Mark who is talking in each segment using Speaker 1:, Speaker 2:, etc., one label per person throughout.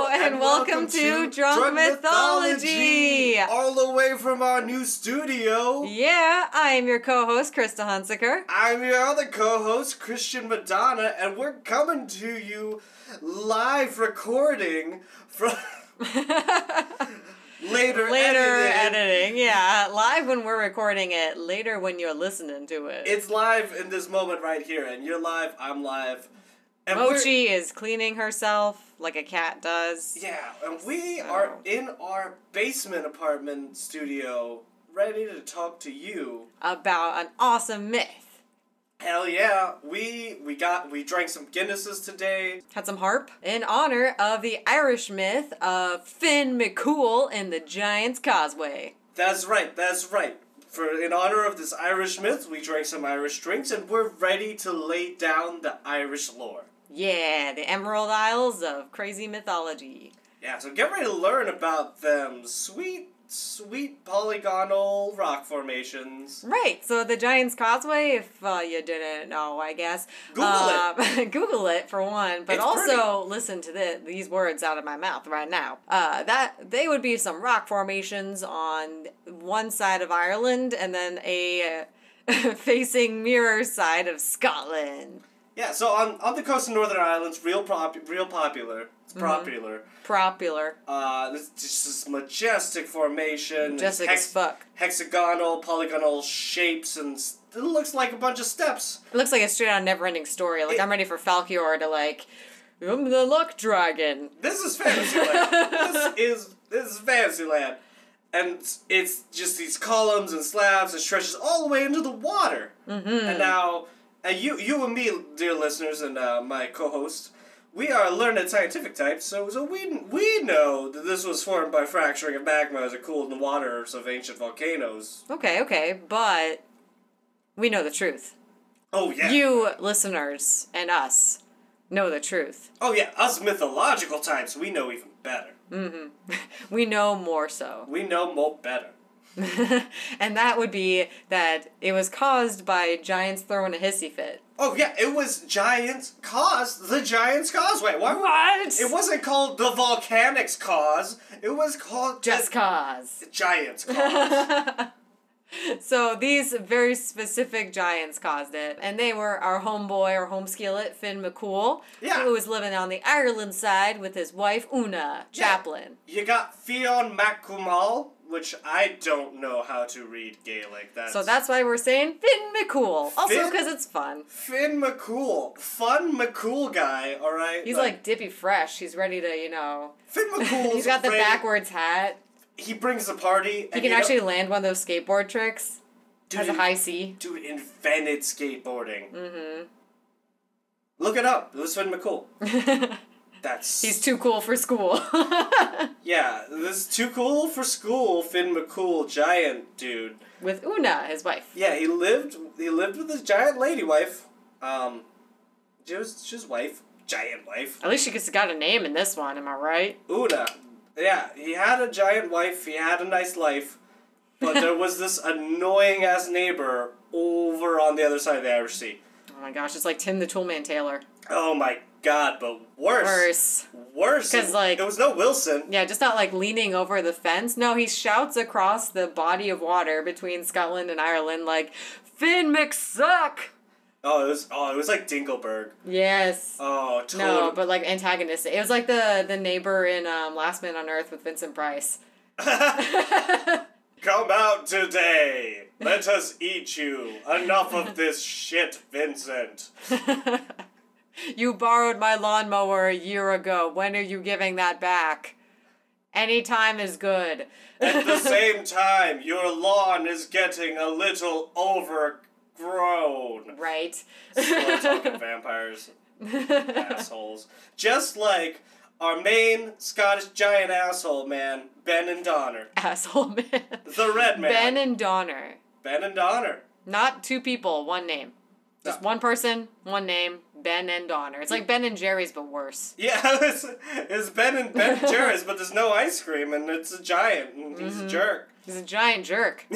Speaker 1: Welcome to Drunk Mythology.
Speaker 2: All the way from our new studio.
Speaker 1: Yeah, I am your co-host Krista Hunsaker.
Speaker 2: I'm your other co host, Christian Madonna, and we're coming to you live recording from later.
Speaker 1: Later
Speaker 2: edited.
Speaker 1: editing, yeah, live when we're recording it. Later when you're listening to it.
Speaker 2: It's live in this moment right here, and you're live, I'm live. And we're-
Speaker 1: Mochi is cleaning herself like a cat does.
Speaker 2: Yeah, and we
Speaker 1: So-
Speaker 2: are in our basement apartment studio, ready to talk to you.
Speaker 1: About an awesome myth.
Speaker 2: Hell yeah, we we got we drank some Guinnesses today.
Speaker 1: Had some harp in honor of the Irish myth of Finn McCool and the Giant's Causeway.
Speaker 2: That's right, that's right. For in honor of this Irish myth, we drank some Irish drinks, and we're ready to lay down the Irish lore.
Speaker 1: Yeah, the Emerald Isles of crazy mythology.
Speaker 2: Yeah, so get ready to learn about them sweet, sweet polygonal rock formations.
Speaker 1: Right. So the Giant's Causeway, if uh, you didn't know, I guess
Speaker 2: Google
Speaker 1: it. Google it for one, but
Speaker 2: It's
Speaker 1: also listen to the, these words out of my mouth right now. Uh, that they would be some rock formations on one side of Ireland, and then a uh, facing mirror side of Scotland.
Speaker 2: Yeah, so on, on the coast of Northern Ireland's real prop, real popular. It's
Speaker 1: Mm-hmm.
Speaker 2: popular.
Speaker 1: Popular,
Speaker 2: Uh, this just this majestic formation.
Speaker 1: just like as
Speaker 2: hex-
Speaker 1: fuck.
Speaker 2: hexagonal, polygonal shapes, and s- it looks like a bunch of steps.
Speaker 1: It looks like a straight on never ending story. Like
Speaker 2: It-
Speaker 1: I'm ready for Falkior to like, I'm the luck dragon.
Speaker 2: This is Fantasyland. this is this is Fantasyland, and it's just these columns and slabs and stretches all the way into the water. Mm-hmm. And now, and you you and me, dear listeners, and uh, my co-host. We are learned scientific types, so, so we, we know that this was formed by fracturing of magma as it cooled in the waters of ancient volcanoes.
Speaker 1: Okay, okay, but we know the truth.
Speaker 2: Oh, yeah.
Speaker 1: you listeners and us know the truth.
Speaker 2: Oh yeah, us mythological types, we know even better.
Speaker 1: We know more so.
Speaker 2: We know more better.
Speaker 1: and that would be that it was caused by giants throwing a hissy fit.
Speaker 2: Oh yeah, it was Giants Cause, the Giants Causeway. Why would-
Speaker 1: What?
Speaker 2: It wasn't called the Volcanics Cause. It was called
Speaker 1: just cause.
Speaker 2: the Giants Cause.
Speaker 1: So these very specific giants caused it, and they were our homeboy or home skillet Finn McCool,
Speaker 2: Yeah.
Speaker 1: who was living on the Ireland side with his wife Una Chaplin.
Speaker 2: you got Fionn Macumal, which I don't know how to read Gaelic. That's
Speaker 1: So that's why we're saying Finn McCool, also
Speaker 2: Finn-
Speaker 1: because it's fun.
Speaker 2: Finn McCool, fun McCool guy. All right.
Speaker 1: He's like Dippy Fresh. He's ready to, you know.
Speaker 2: Finn McCool.
Speaker 1: He's got the backwards hat.
Speaker 2: He brings the party.
Speaker 1: He
Speaker 2: and
Speaker 1: can
Speaker 2: you know-
Speaker 1: actually land one of those skateboard tricks. Has a
Speaker 2: Dude,
Speaker 1: high C.
Speaker 2: Dude invented skateboarding. Mm-hmm. Look it up. It was Finn McCool. That's
Speaker 1: He's too cool for school.
Speaker 2: yeah. This is too cool for school. Finn McCool, giant dude.
Speaker 1: With Una, his wife.
Speaker 2: Yeah, he lived. He lived with his giant lady wife. Um, she was she was wife, giant wife.
Speaker 1: At least she just got a name in this one, am I right?
Speaker 2: Una. Yeah, he had a giant wife. He had a nice life, but there was this annoying ass neighbor over on the other side of the Irish Sea.
Speaker 1: Oh my gosh, it's like Tim the Toolman Taylor.
Speaker 2: Oh my god, but
Speaker 1: Worse.
Speaker 2: worse. Worse.
Speaker 1: 'Cause, like-
Speaker 2: there was no Wilson.
Speaker 1: Yeah, just not like leaning over the fence. No, he shouts across the body of water between Scotland and Ireland like, Finn McSuck!
Speaker 2: Oh, it was. Oh, it was like Dingleberg.
Speaker 1: Yes.
Speaker 2: Oh, totally.
Speaker 1: No, but like antagonistic. It was like the the neighbor in um, Last Man on Earth with Vincent Price.
Speaker 2: Come out today. Let us eat you. Enough of this shit, Vincent.
Speaker 1: You borrowed my lawnmower a year ago. When are you giving that back? Any time is good.
Speaker 2: At the same time, your lawn is getting a little overgrown.
Speaker 1: Right.
Speaker 2: Slow talking vampires, assholes. Just like our main Scottish giant asshole man, Ben and Donner,
Speaker 1: Asshole man.
Speaker 2: the red man.
Speaker 1: Ben and Donner.
Speaker 2: Ben and Donner.
Speaker 1: Not two people, one name. Just
Speaker 2: No.
Speaker 1: one person, one name, Ben and Donner. It's like Ben and Jerry's, but worse.
Speaker 2: Yeah, it's, it's Ben and Ben and Jerry's, but there's no ice cream, and it's a giant, and he's
Speaker 1: Mm-hmm.
Speaker 2: a jerk.
Speaker 1: He's a giant jerk.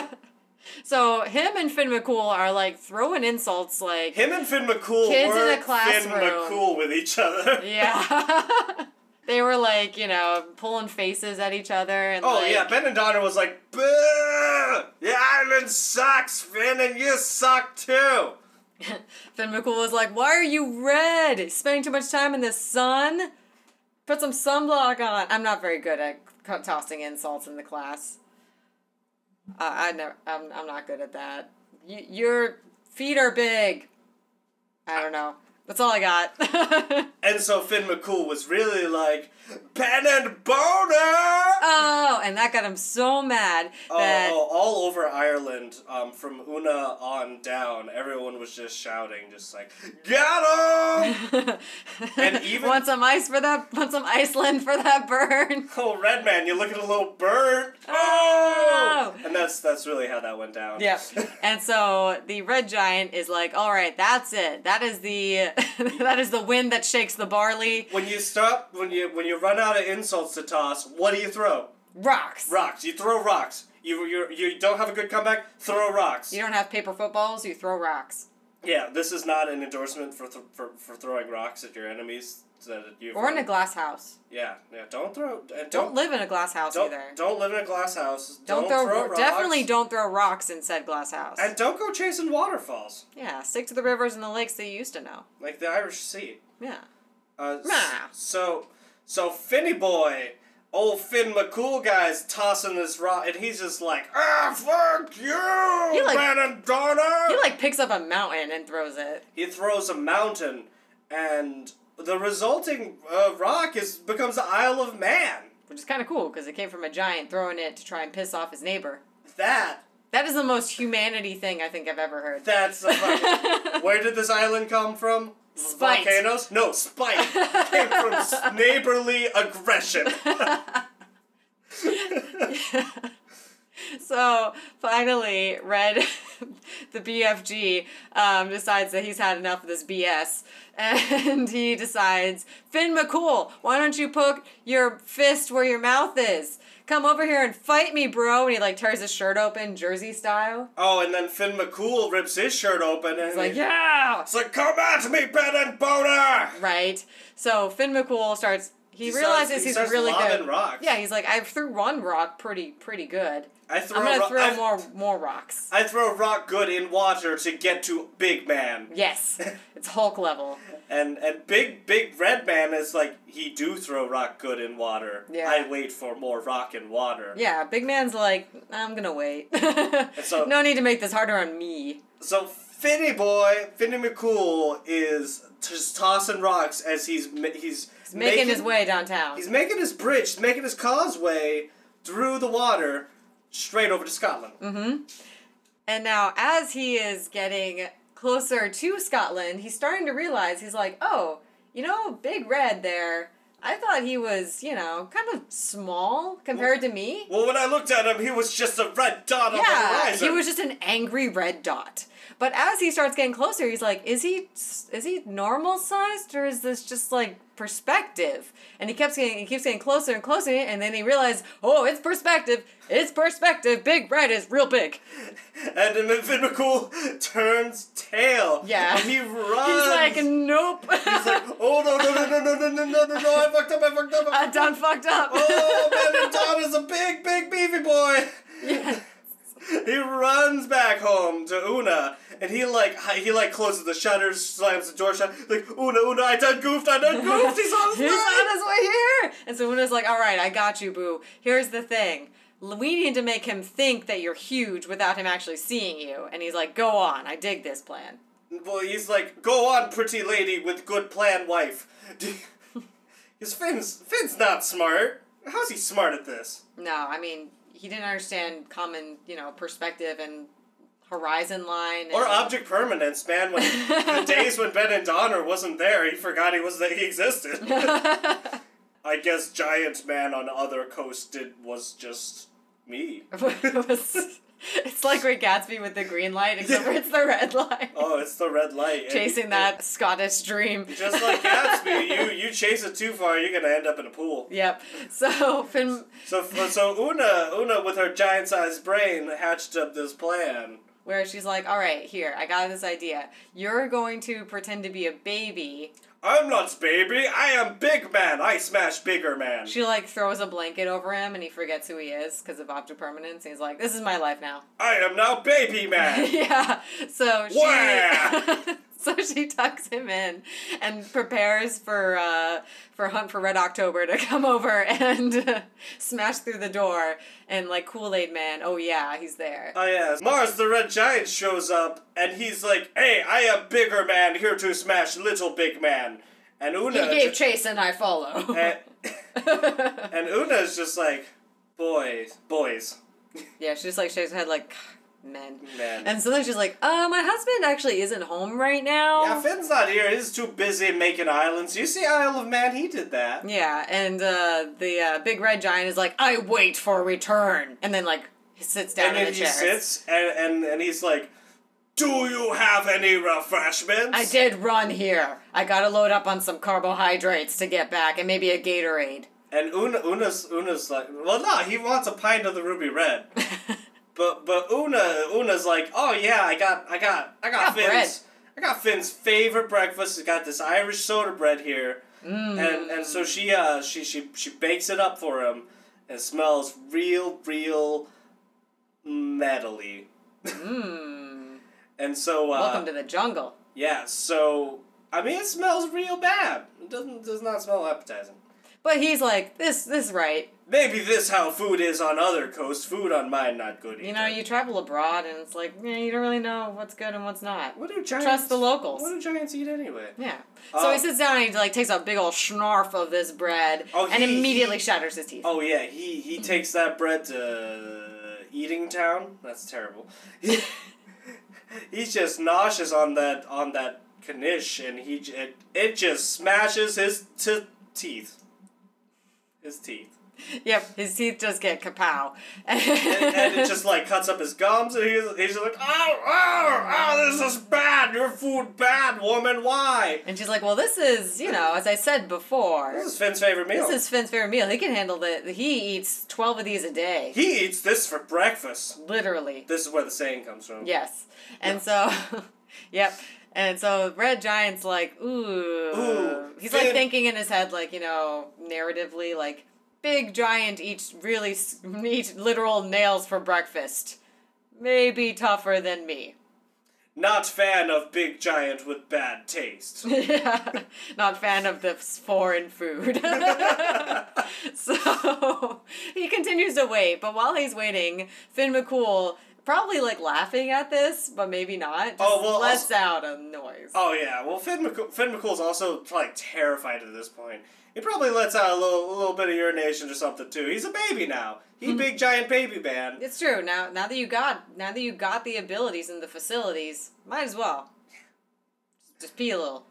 Speaker 1: so him and Finn McCool are like throwing insults like
Speaker 2: Him and Finn McCool
Speaker 1: Kids in
Speaker 2: were
Speaker 1: a classroom.
Speaker 2: Finn McCool with each other.
Speaker 1: Yeah. They were like, you know, pulling faces at each other and
Speaker 2: Oh
Speaker 1: like,
Speaker 2: yeah, Ben and Donna was like, "Boo! The island sucks, Finn, and you suck too."
Speaker 1: Finn McCool was like, Why are you red? Spending too much time in the sun? Put some sunblock on. I'm not very good at co- tossing insults in the class. Uh, I never, I'm, I'm not good at that. Y- your feet are big. I don't know. That's all I got.
Speaker 2: And so Finn McCool was really like, "Ben and Boner."
Speaker 1: oh, and that got him so mad that.
Speaker 2: Oh, oh, all over Ireland, um, from Una on down, everyone was just shouting, just like, "Get him!" oh. And even-
Speaker 1: want some ice for that? Want some Iceland for that burn?
Speaker 2: Oh, Red Man, you look at a little bird. Oh!
Speaker 1: Oh!
Speaker 2: And that's that's really how that went down.
Speaker 1: Yep. And so the red giant is like, all right, that's it. That is the that is the wind that shakes the barley.
Speaker 2: when you stop, when you when you run out of insults to toss, what do you throw?
Speaker 1: Rocks.
Speaker 2: Rocks. You throw rocks. You you you don't have a good comeback. Throw rocks.
Speaker 1: You don't have paper footballs, you throw rocks.
Speaker 2: yeah, this is not an endorsement for th- for, for throwing rocks at your enemies that you.
Speaker 1: Or in a glass house.
Speaker 2: Yeah, yeah. Don't throw. and Don't
Speaker 1: Don't live in a glass house
Speaker 2: don't,
Speaker 1: either.
Speaker 2: don't live in a glass house.
Speaker 1: Don't, throw,
Speaker 2: rocks.
Speaker 1: definitely don't throw rocks in said glass house.
Speaker 2: And don't go chasing waterfalls
Speaker 1: yeah, stick to the rivers and the lakes that you used to know.
Speaker 2: like the Irish Sea.
Speaker 1: Yeah.
Speaker 2: Uh, s-
Speaker 1: Nah.
Speaker 2: So, so Finny boy, old Finn McCool guy's tossing this rock, and he's just like, "Ah, fuck you,
Speaker 1: He like-
Speaker 2: Ben and Donna."
Speaker 1: He like picks up a mountain and throws it.
Speaker 2: he throws a mountain, and the resulting uh, rock is becomes the Isle of Man.
Speaker 1: Which is kinda cool because it came from a giant throwing it to try and piss off his neighbor.
Speaker 2: That
Speaker 1: That is the most humanity thing I think I've ever heard.
Speaker 2: that's a fucking- where did this island come from?
Speaker 1: Spite.
Speaker 2: Volcanoes? No, spite came from s- neighborly aggression.
Speaker 1: So finally, Red, the BFG, um, decides that he's had enough of this BS, and he decides, Finn McCool, why don't you poke your fist where your mouth is? Come over here and fight me, bro! And he like tears his shirt open, Jersey style.
Speaker 2: oh, and then Finn McCool rips his shirt open, and
Speaker 1: He's like,
Speaker 2: he-
Speaker 1: yeah,
Speaker 2: It's like, come at me, Ben and Boner!
Speaker 1: right. So Finn McCool starts. He,
Speaker 2: He starts-
Speaker 1: realizes
Speaker 2: he
Speaker 1: he's
Speaker 2: starts
Speaker 1: really
Speaker 2: lobbing
Speaker 1: good.
Speaker 2: rocks.
Speaker 1: Yeah, he's like, I threw one rock pretty pretty good.
Speaker 2: I throw,
Speaker 1: I'm gonna
Speaker 2: ro-
Speaker 1: throw
Speaker 2: I,
Speaker 1: more more rocks.
Speaker 2: I throw rock good in water to get to Big Man.
Speaker 1: Yes, it's Hulk level.
Speaker 2: And and Big Big Red Man is like, he do throw rock good in water.
Speaker 1: Yeah.
Speaker 2: I wait for more rock in water.
Speaker 1: Yeah, big man's like, I'm gonna wait.
Speaker 2: so-
Speaker 1: no need to make this harder on me.
Speaker 2: So Finny Boy, Finny McCool is just tossing rocks as he's ma- he's,
Speaker 1: He's making, his way downtown.
Speaker 2: He's making his bridge, he's making his causeway through the water straight over to Scotland.
Speaker 1: Mm-hmm. And now, as he is getting closer to Scotland, he's starting to realize he's like, oh, you know, Big Red there. I thought he was, you know, kind of small compared to me.
Speaker 2: Well, when I looked at him, he was just a red dot on the
Speaker 1: Yeah,
Speaker 2: horizon.
Speaker 1: he was just an angry red dot. But as he starts getting closer, he's like, "Is he is he normal sized or is this just like perspective?" And he keeps getting he keeps getting closer and closer, and then he realized, "Oh, it's perspective! It's perspective! Big red is real big."
Speaker 2: And then Finn McCool turns tail.
Speaker 1: Yeah.
Speaker 2: And he runs.
Speaker 1: He's like, "Nope,
Speaker 2: Uh, He's like, oh no, no, no, no, no, no, no, no, no, no, I fucked up, I fucked up. I
Speaker 1: I
Speaker 2: fucked up.
Speaker 1: done fucked up."
Speaker 2: Oh, man, and Todd is a big, big beefy boy.
Speaker 1: Yeah.
Speaker 2: He runs back home to Una, and he like hi- he like closes the shutters, slams the door shut. Like Una, Una, I done goofed, I done goofed. He's on his
Speaker 1: He's on
Speaker 2: way.
Speaker 1: his way here. And so Una's like, all right, I got you, boo. Here's the thing. L- We need to make him think that you're huge without him actually seeing you. And he's like, go on. I dig this plan.
Speaker 2: Well, he's like, go on, pretty lady with good plan, wife. Because Finn's Finn's not smart. How's he smart at this?
Speaker 1: No, I mean, he didn't understand common, you know, perspective and horizon line. And
Speaker 2: Or object permanence, man. When the days when Ben and Donner wasn't there, he forgot he was that he existed. I guess giant man on other coast did was just me.
Speaker 1: it's like Great Gatsby with the green light, except for it's the red light.
Speaker 2: Oh, it's the red light. and-
Speaker 1: Chasing that Scottish dream.
Speaker 2: Just like Gatsby, you you chase it too far, you're gonna end up in a pool.
Speaker 1: Yep. So Finn
Speaker 2: So so Una Una with her giant sized brain hatched up this plan.
Speaker 1: where she's like, all right, here, I got this idea. You're going to pretend to be a baby.
Speaker 2: I'm not baby. I am big man. I smash bigger man.
Speaker 1: She like throws a blanket over him and he forgets who he is because of object permanence. He's like, this is my life now.
Speaker 2: I am now baby man.
Speaker 1: yeah. So she
Speaker 2: Wah!
Speaker 1: So she tucks him in and prepares for uh, for Hunt for Red October to come over and uh, smash through the door and like Kool Aid Man. Oh yeah, he's there.
Speaker 2: oh yeah. Mars the Red Giant shows up and he's like, "Hey, I am bigger man here to smash little big man." And Una.
Speaker 1: he gave
Speaker 2: ju-
Speaker 1: chase and I follow.
Speaker 2: and, and Una's just like, "Boys, boys,
Speaker 1: yeah, she just like shakes her head like men.
Speaker 2: man."
Speaker 1: And so then she's like, "Uh, my husband actually isn't home right now."
Speaker 2: yeah, Finn's not here. He's too busy making islands. You see Isle of Man, he did that.
Speaker 1: Yeah, and uh, the uh, big red giant is like, I wait for return, and then like he sits down
Speaker 2: and
Speaker 1: in
Speaker 2: then
Speaker 1: the
Speaker 2: he
Speaker 1: chair.
Speaker 2: sits and, and, and he's like, Do you have any refreshments?
Speaker 1: I did run here. I gotta load up on some carbohydrates to get back, and maybe a Gatorade.
Speaker 2: And Una, Una's, Una's like, Well, no, he wants a pint of the ruby red. but but Una Una's like, Oh yeah, I got I got I got,
Speaker 1: got
Speaker 2: Finn's
Speaker 1: bread."
Speaker 2: I got Finn's favorite breakfast. He's got this Irish soda bread here.
Speaker 1: Mm.
Speaker 2: And and so she uh she, she she bakes it up for him and it smells real real metally.
Speaker 1: Mmm.
Speaker 2: And so uh,
Speaker 1: Welcome to the jungle.
Speaker 2: Yeah, so I mean, it smells real bad. It doesn't does not smell appetizing.
Speaker 1: But he's like, this this right.
Speaker 2: Maybe this how food is on other coasts. Food on mine not good.
Speaker 1: You know,
Speaker 2: either.
Speaker 1: you travel abroad, and it's like, yeah, you don't really know what's good and what's not.
Speaker 2: what do giants
Speaker 1: trust the locals.
Speaker 2: What do giants eat anyway?
Speaker 1: Yeah. So he
Speaker 2: Oh.
Speaker 1: sits down and he like takes a big old snarf of this bread,
Speaker 2: Oh,
Speaker 1: and
Speaker 2: he-
Speaker 1: immediately
Speaker 2: he-
Speaker 1: shatters his teeth.
Speaker 2: Oh yeah, he he takes that bread to eating town. That's terrible. He's just nauseous on that on that knish, and he j- it, it just smashes his t- teeth. His teeth.
Speaker 1: Yep, his teeth just get kapow.
Speaker 2: and, and it just like cuts up his gums, and he's, he's just like, oh, oh, oh, this is bad. Your food bad, woman. Why?
Speaker 1: And she's like, "Well, this is, you know, as I said before,
Speaker 2: This is Finn's favorite meal.
Speaker 1: this is Finn's favorite meal. He can handle it. He eats twelve of these a day,
Speaker 2: he eats this for breakfast.
Speaker 1: literally.
Speaker 2: This is where the saying comes from.
Speaker 1: Yes. And so, yep. And so, Red Giant's like, ooh.
Speaker 2: Ooh,
Speaker 1: He's like
Speaker 2: Finn-
Speaker 1: thinking in his head, like you know, narratively, like big giant eats really s- eats literal nails for breakfast. Maybe tougher than me.
Speaker 2: Not fan of big giant with bad taste.
Speaker 1: yeah, not fan of this foreign food. so he continues to wait, but while he's waiting, Finn McCool probably like laughing at this, but maybe not. Just
Speaker 2: Oh, well,
Speaker 1: lets out a noise.
Speaker 2: oh yeah, well Finn, McCool, Finn McCool's also like terrified at this point. He probably lets out a little, a little bit of urination or something too. He's a baby now. He big giant baby man.
Speaker 1: It's true. Now, now that you got, now that you got the abilities and the facilities, might as well just pee a little.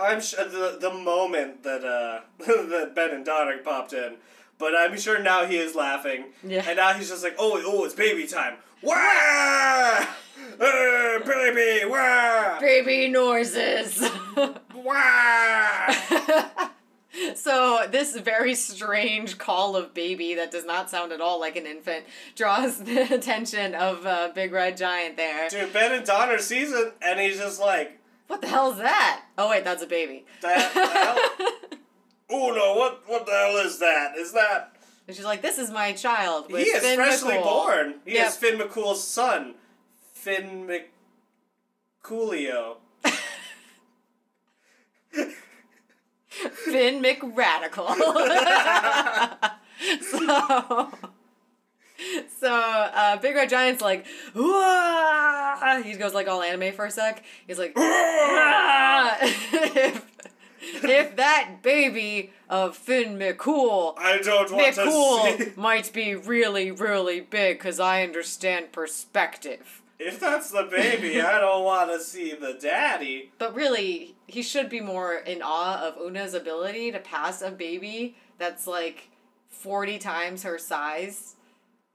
Speaker 2: I'm sure the the moment that uh that Ben and Donner popped in, but I'm sure now he is laughing.
Speaker 1: Yeah.
Speaker 2: And now he's just like, oh, oh, it's baby time. Wah! Uh, Billy B! Wah!
Speaker 1: Baby noises.
Speaker 2: Wah!
Speaker 1: So this very strange call of baby that does not sound at all like an infant draws the attention of uh, Big Red Giant there.
Speaker 2: Dude, Ben and Donner sees it, and he's just like,
Speaker 1: What the hell is that? Oh wait, that's a baby.
Speaker 2: that the hell? Oh no, what what the hell is that? Is that
Speaker 1: And she's like, "This is my child." With
Speaker 2: he is
Speaker 1: Finn
Speaker 2: freshly
Speaker 1: McCool."
Speaker 2: born? He
Speaker 1: Yep.
Speaker 2: is Finn McCool's son, Finn McCoolio.
Speaker 1: Finn McRadical. so, so uh, Big Red Giant's like, "Whoa!" He goes like all anime for a sec. He's like, "Ah!" if, if that baby of Finn McCool,
Speaker 2: I don't want to see.
Speaker 1: McCool might be really, really big because I understand perspective.
Speaker 2: If that's the baby, I don't want to see the daddy.
Speaker 1: But really, he should be more in awe of Una's ability to pass a baby that's like 40 times her size,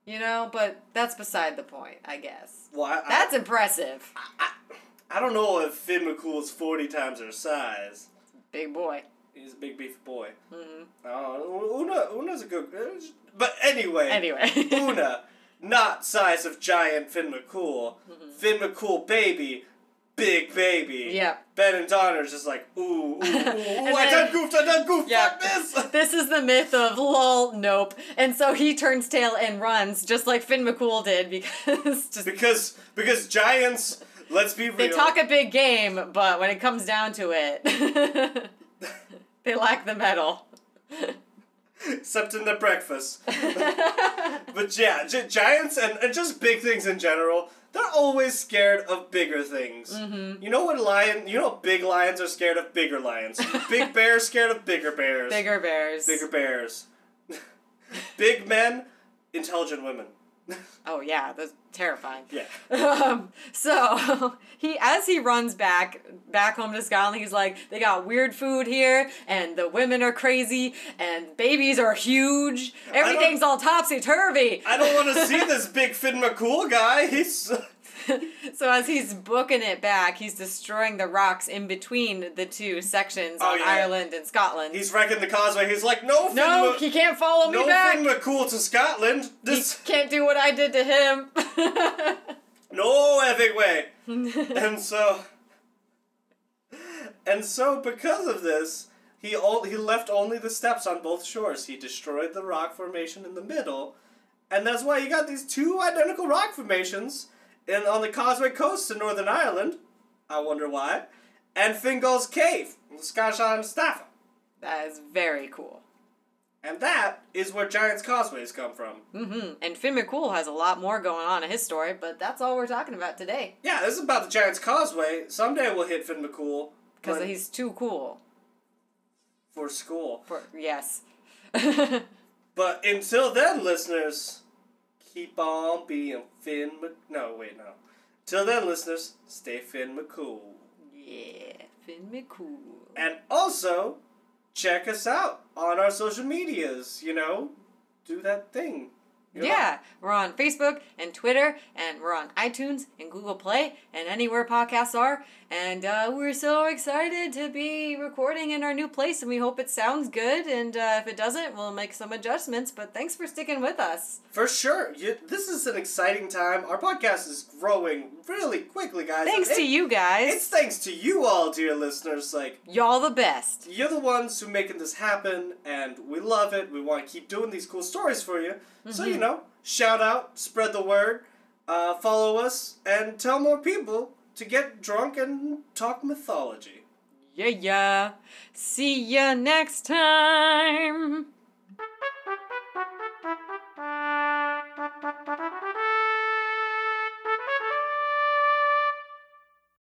Speaker 1: you know? But that's beside the point, I guess.
Speaker 2: Well, I,
Speaker 1: That's impressive.
Speaker 2: I, I don't know if Finn McCool's 40 times her size.
Speaker 1: Big boy.
Speaker 2: He's a big beefy boy. Mm-hmm. Oh, Una, Una's a good. uh, But anyway,
Speaker 1: Anyway.
Speaker 2: Una, not size of giant Finn McCool.
Speaker 1: Mm-hmm.
Speaker 2: Finn McCool baby, big baby.
Speaker 1: Yeah.
Speaker 2: Ben and Donner's just like, ooh, ooh, ooh, I
Speaker 1: then-
Speaker 2: done goofed, I done goofed,
Speaker 1: Yeah.
Speaker 2: fuck this!
Speaker 1: This is the myth of lol, nope. And so he turns tail and runs, just like Finn McCool did, because just
Speaker 2: because, because giants, let's be real.
Speaker 1: they talk a big game, but when it comes down to it, they lack the metal.
Speaker 2: except in the breakfast. but yeah, gi- giants and, and just big things in general, they're always scared of bigger things.
Speaker 1: Mm-hmm.
Speaker 2: You know what lion? You know big lions are scared of bigger lions. big bears scared of bigger bears.
Speaker 1: Bigger bears.
Speaker 2: Bigger bears. big men, intelligent women.
Speaker 1: Oh yeah, that's terrifying.
Speaker 2: Yeah.
Speaker 1: Um, so he, as he runs back back home to Scotland, he's like, "They got weird food here, and the women are crazy, and babies are huge. Everything's all topsy turvy."
Speaker 2: I don't want to see this big Finn McCool guy. He's
Speaker 1: So as he's booking it back, he's destroying the rocks in between the two sections
Speaker 2: Oh,
Speaker 1: on
Speaker 2: yeah.
Speaker 1: Ireland and Scotland.
Speaker 2: he's wrecking the causeway. He's like, no, Finn
Speaker 1: no,
Speaker 2: Mc-
Speaker 1: he can't follow me
Speaker 2: no
Speaker 1: back.
Speaker 2: Finn McCool to Scotland.
Speaker 1: he
Speaker 2: This
Speaker 1: can't do what I did to him.
Speaker 2: no epic way. and so and so because of this he all he left only the steps on both shores he destroyed the rock formation in the middle and that's why you got these two identical rock formations in on the causeway coast to northern ireland i wonder why and fingal's cave on the scottish island of staffa
Speaker 1: that is very cool.
Speaker 2: and that is where giants causeways come from
Speaker 1: Hmm. And Finn McCool has a lot more going on in his story, but that's all we're talking about today.
Speaker 2: yeah this is about the giants causeway someday we'll hit finn mccool
Speaker 1: Because
Speaker 2: but
Speaker 1: he's too cool
Speaker 2: for school
Speaker 1: for yes.
Speaker 2: But until then, listeners, keep on being Finn Mc. No, wait, no. Till then, listeners, stay Finn McCool.
Speaker 1: yeah, Finn McCool.
Speaker 2: And also, check us out on our social medias, you know? Do that thing. You know?
Speaker 1: Yeah, we're on Facebook and Twitter, and we're on iTunes and Google Play and anywhere podcasts are. And uh, we're so excited to be recording in our new place, and we hope it sounds good. And uh, if it doesn't, we'll make some adjustments. But thanks for sticking with us.
Speaker 2: For sure. You, this is an exciting time. Our podcast is growing really quickly, guys.
Speaker 1: Thanks
Speaker 2: And
Speaker 1: to
Speaker 2: it-
Speaker 1: you guys.
Speaker 2: It's thanks to you all, dear listeners. Like,
Speaker 1: Y'all the best.
Speaker 2: You're the ones who making this happen, and we love it. We want to keep doing these cool stories for you. So you know, shout out, spread the word, uh, follow us, and tell more people to get drunk and talk mythology.
Speaker 1: Yeah, yeah. See ya next time.